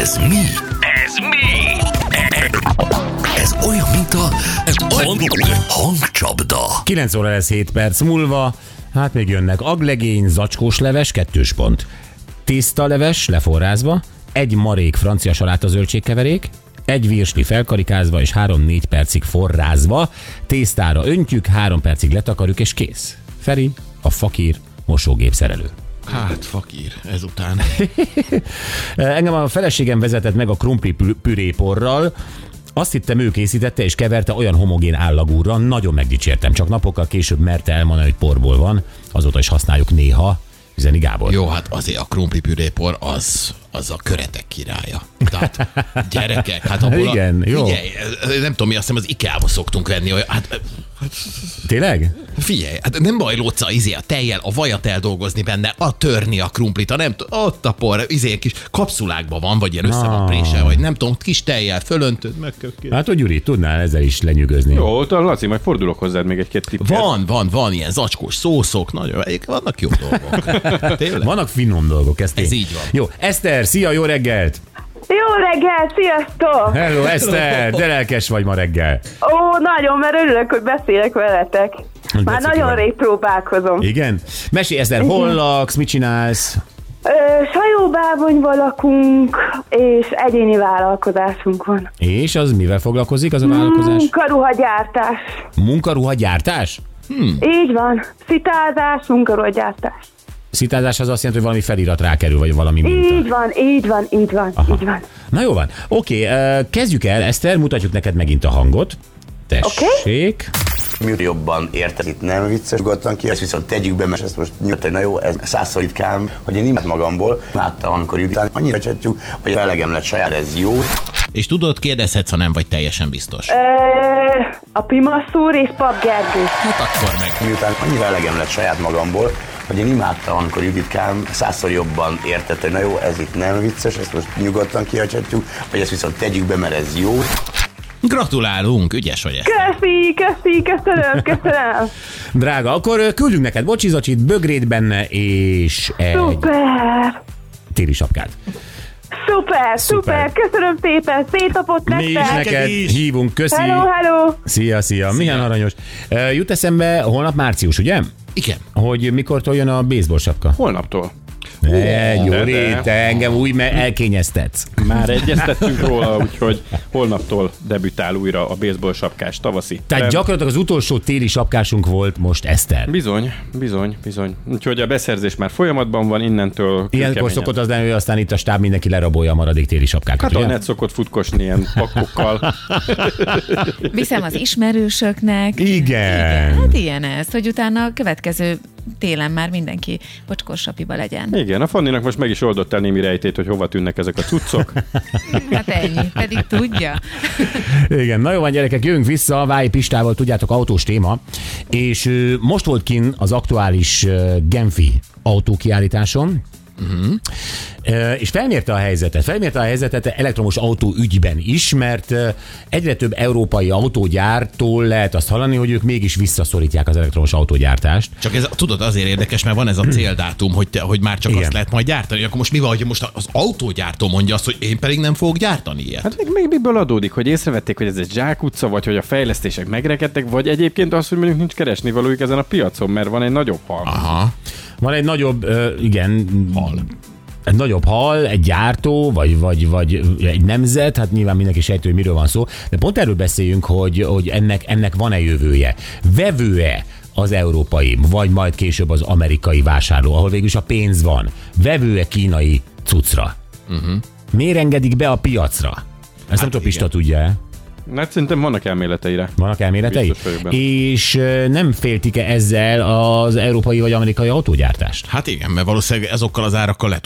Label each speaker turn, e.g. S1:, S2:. S1: Ez mi? Ez mi? Ez olyan, mint a hangcsapda.
S2: 9 óra lesz 7 perc múlva, hát még jönnek aglegény, zacskós leves, kettős pont. Tiszta leves, leforrázva, egy marék francia saláta zöldségkeverék, egy virsli felkarikázva és 3-4 percig forrázva, tésztára öntjük, 3 percig letakarjuk és kész. Feri, a fakír mosógép szerelő.
S3: Hát, fakír, ezután.
S2: Engem a feleségem vezetett meg a krumpli pü- püréporral, azt hittem ő készítette és keverte olyan homogén állagúra, nagyon megdicsértem, csak napokkal később merte elmondani, hogy porból van, azóta is használjuk néha, üzeni Gábor.
S3: Jó, hát azért a krumplipürépor az, az a köretek királya. Tehát gyerekek, hát abból a,
S2: Igen, jó.
S3: Figyelj, nem tudom, mi azt hiszem az IKEA-ba szoktunk venni olyan, hát
S2: Tényleg?
S3: Figyelj, hát nem baj lóca, izé a tejjel, a vajat eldolgozni benne, a törni a krumplit, a nem t- ott a por, izé kis kapszulákban van, vagy ilyen össze van
S2: Ah.
S3: prése, vagy nem tudom, kis tejjel fölöntöd, megköpkél.
S2: Hát, hogy Gyuri, tudnál ezzel is lenyűgözni.
S4: Jó, ott a Laci, majd fordulok hozzád még egy-két tippet.
S3: Van, van, van ilyen zacskós szószok, nagyon, egyik- vannak jó dolgok. Tényleg?
S2: Vannak finom dolgok, ez, tény.
S3: így van.
S2: Jó, Eszter, szia, jó reggelt!
S5: Jó reggel, sziasztok!
S2: Hello, Eszter, de lelkes vagy ma reggel.
S5: Ó, nagyon, mert örülök, hogy beszélek veletek.
S2: Tetszik,
S5: Már nagyon
S2: igen.
S5: rég próbálkozom.
S2: Igen? Mesélj, Eszter, hol laksz, mit csinálsz?
S5: Ö, Sajóbábonyban lakunk, és egyéni vállalkozásunk van. Mm,
S2: És az mivel foglalkozik az a vállalkozás?
S5: Munkaruhagyártás.
S2: Munkaruhagyártás? Hm.
S5: Így van. Szitázás, munkaruhagyártás.
S2: Szitázás az azt jelenti, hogy valami felirat rákerül, vagy valami minta.
S5: Így van, így van, így van, így van.
S2: Na jó van. Oké, ö, kezdjük el, Eszter, mutatjuk neked megint a hangot. Tessék.
S6: mi jobban érted. Itt nem vicces gottan ki, ezt viszont tegyük be, mert ezt most nyugodt, na jó, ez százszor ritkán, hogy én imád magamból láttam, amikor után annyira csatjuk, hogy elegem lett saját, ez jó.
S3: És tudod, kérdezhetsz, ha nem vagy teljesen biztos.
S5: Ö, a Pimasszúr és Pap Gergő.
S3: Hát akkor meg.
S6: Miután annyira elegem lett saját magamból, hogy én imádtam, amikor Juditkám százszor jobban értett, hogy na jó, ez itt nem vicces, ezt most nyugodtan kihagyhatjuk, vagy ezt viszont tegyük be, mert ez jó.
S3: Gratulálunk, ügyes vagy Eszter.
S5: Köszi, köszi, köszönöm, köszönöm.
S2: Drága, akkor ö, küldünk neked bocsizacsit, bögrét benne, és egy
S5: Szuper,
S2: téli sapkát.
S5: szuper, szuper, köszönöm szépen, szétapott
S2: Mi is
S5: nektek.
S2: neked hívunk, köszi.
S5: Hello, hello.
S2: Szia, szia, milyen aranyos. Ö, Jut eszembe holnap március, ugye?
S3: Igen.
S2: Hogy mikortól jön a baseball sapka?
S4: Holnaptól.
S2: Ne, Gyuri,
S4: de.
S2: te engem úgy me- elkényeztetsz.
S4: Már egyeztettünk róla, úgyhogy holnaptól debütál újra a baseball sapkás tavaszi.
S2: Tehát
S4: Nem.
S2: gyakorlatilag az utolsó téli sapkásunk volt most Eszter.
S4: Bizony, bizony, bizony. Úgyhogy a beszerzés már folyamatban van, innentől
S2: Ilyenkor
S4: kőkeményen.
S2: szokott az lenni, hogy aztán itt a stáb mindenki lerabolja a maradék téli sapkákat,
S4: Hát a
S2: ugye?
S4: net szokott futkosni ilyen pakkokkal.
S7: Viszem az ismerősöknek.
S2: Igen.
S7: Hát ilyen ez, hogy utána a következő télen már mindenki bocskórsapiba legyen.
S4: Igen, a Fanninak most meg is oldott el némi rejtét, hogy hova tűnnek ezek a cuccok.
S7: Hát ennyi, pedig tudja.
S2: Igen, na jó van gyerekek, jövünk vissza, Váj Pistával, tudjátok, autós téma, és ö, most volt kin az aktuális ö, Genfi autókiállításon,
S4: Mhm.
S2: Ö, és felmérte a helyzetet, felmérte a helyzetet elektromos autó ügyben is, mert ö, egyre több európai autógyártól lehet azt hallani, hogy ők mégis visszaszorítják az elektromos autógyártást.
S3: Csak ez, tudod, azért érdekes, mert van ez a céldátum, hogy, te, hogy már csak
S2: Igen.
S3: azt lehet majd gyártani. Akkor most mi van, hogy most az autógyártó mondja azt, hogy én pedig nem fogok gyártani ilyet?
S4: Hát még, még miből adódik, hogy észrevették, hogy ez egy zsákutca, vagy hogy a fejlesztések megrekedtek, vagy egyébként az, hogy mondjuk nincs keresnivalójuk ezen a piacon, mert van egy nagyobb hal.
S3: Aha.
S2: Van egy nagyobb, ö, igen, hal. Egy nagyobb hal, egy gyártó, vagy, vagy, vagy egy nemzet, hát nyilván mindenki sejtő, hogy miről van szó, de pont erről beszéljünk, hogy, hogy ennek, ennek van-e jövője. Vevő-e az európai, vagy majd később az amerikai vásárló, ahol végül is a pénz van. Vevő-e kínai cuccra? Uh-huh.
S4: Mhm.
S2: Miért engedik be a piacra? Ezt hát nem tudom, Pista tudja
S4: Hát szerintem vannak elméleteire.
S2: vannak elméletei?
S4: Biztos vagyok benne.
S2: És ö, nem féltik-e ezzel az európai vagy amerikai autógyártást?
S3: Hát igen, mert valószínűleg ezokkal az árakkal le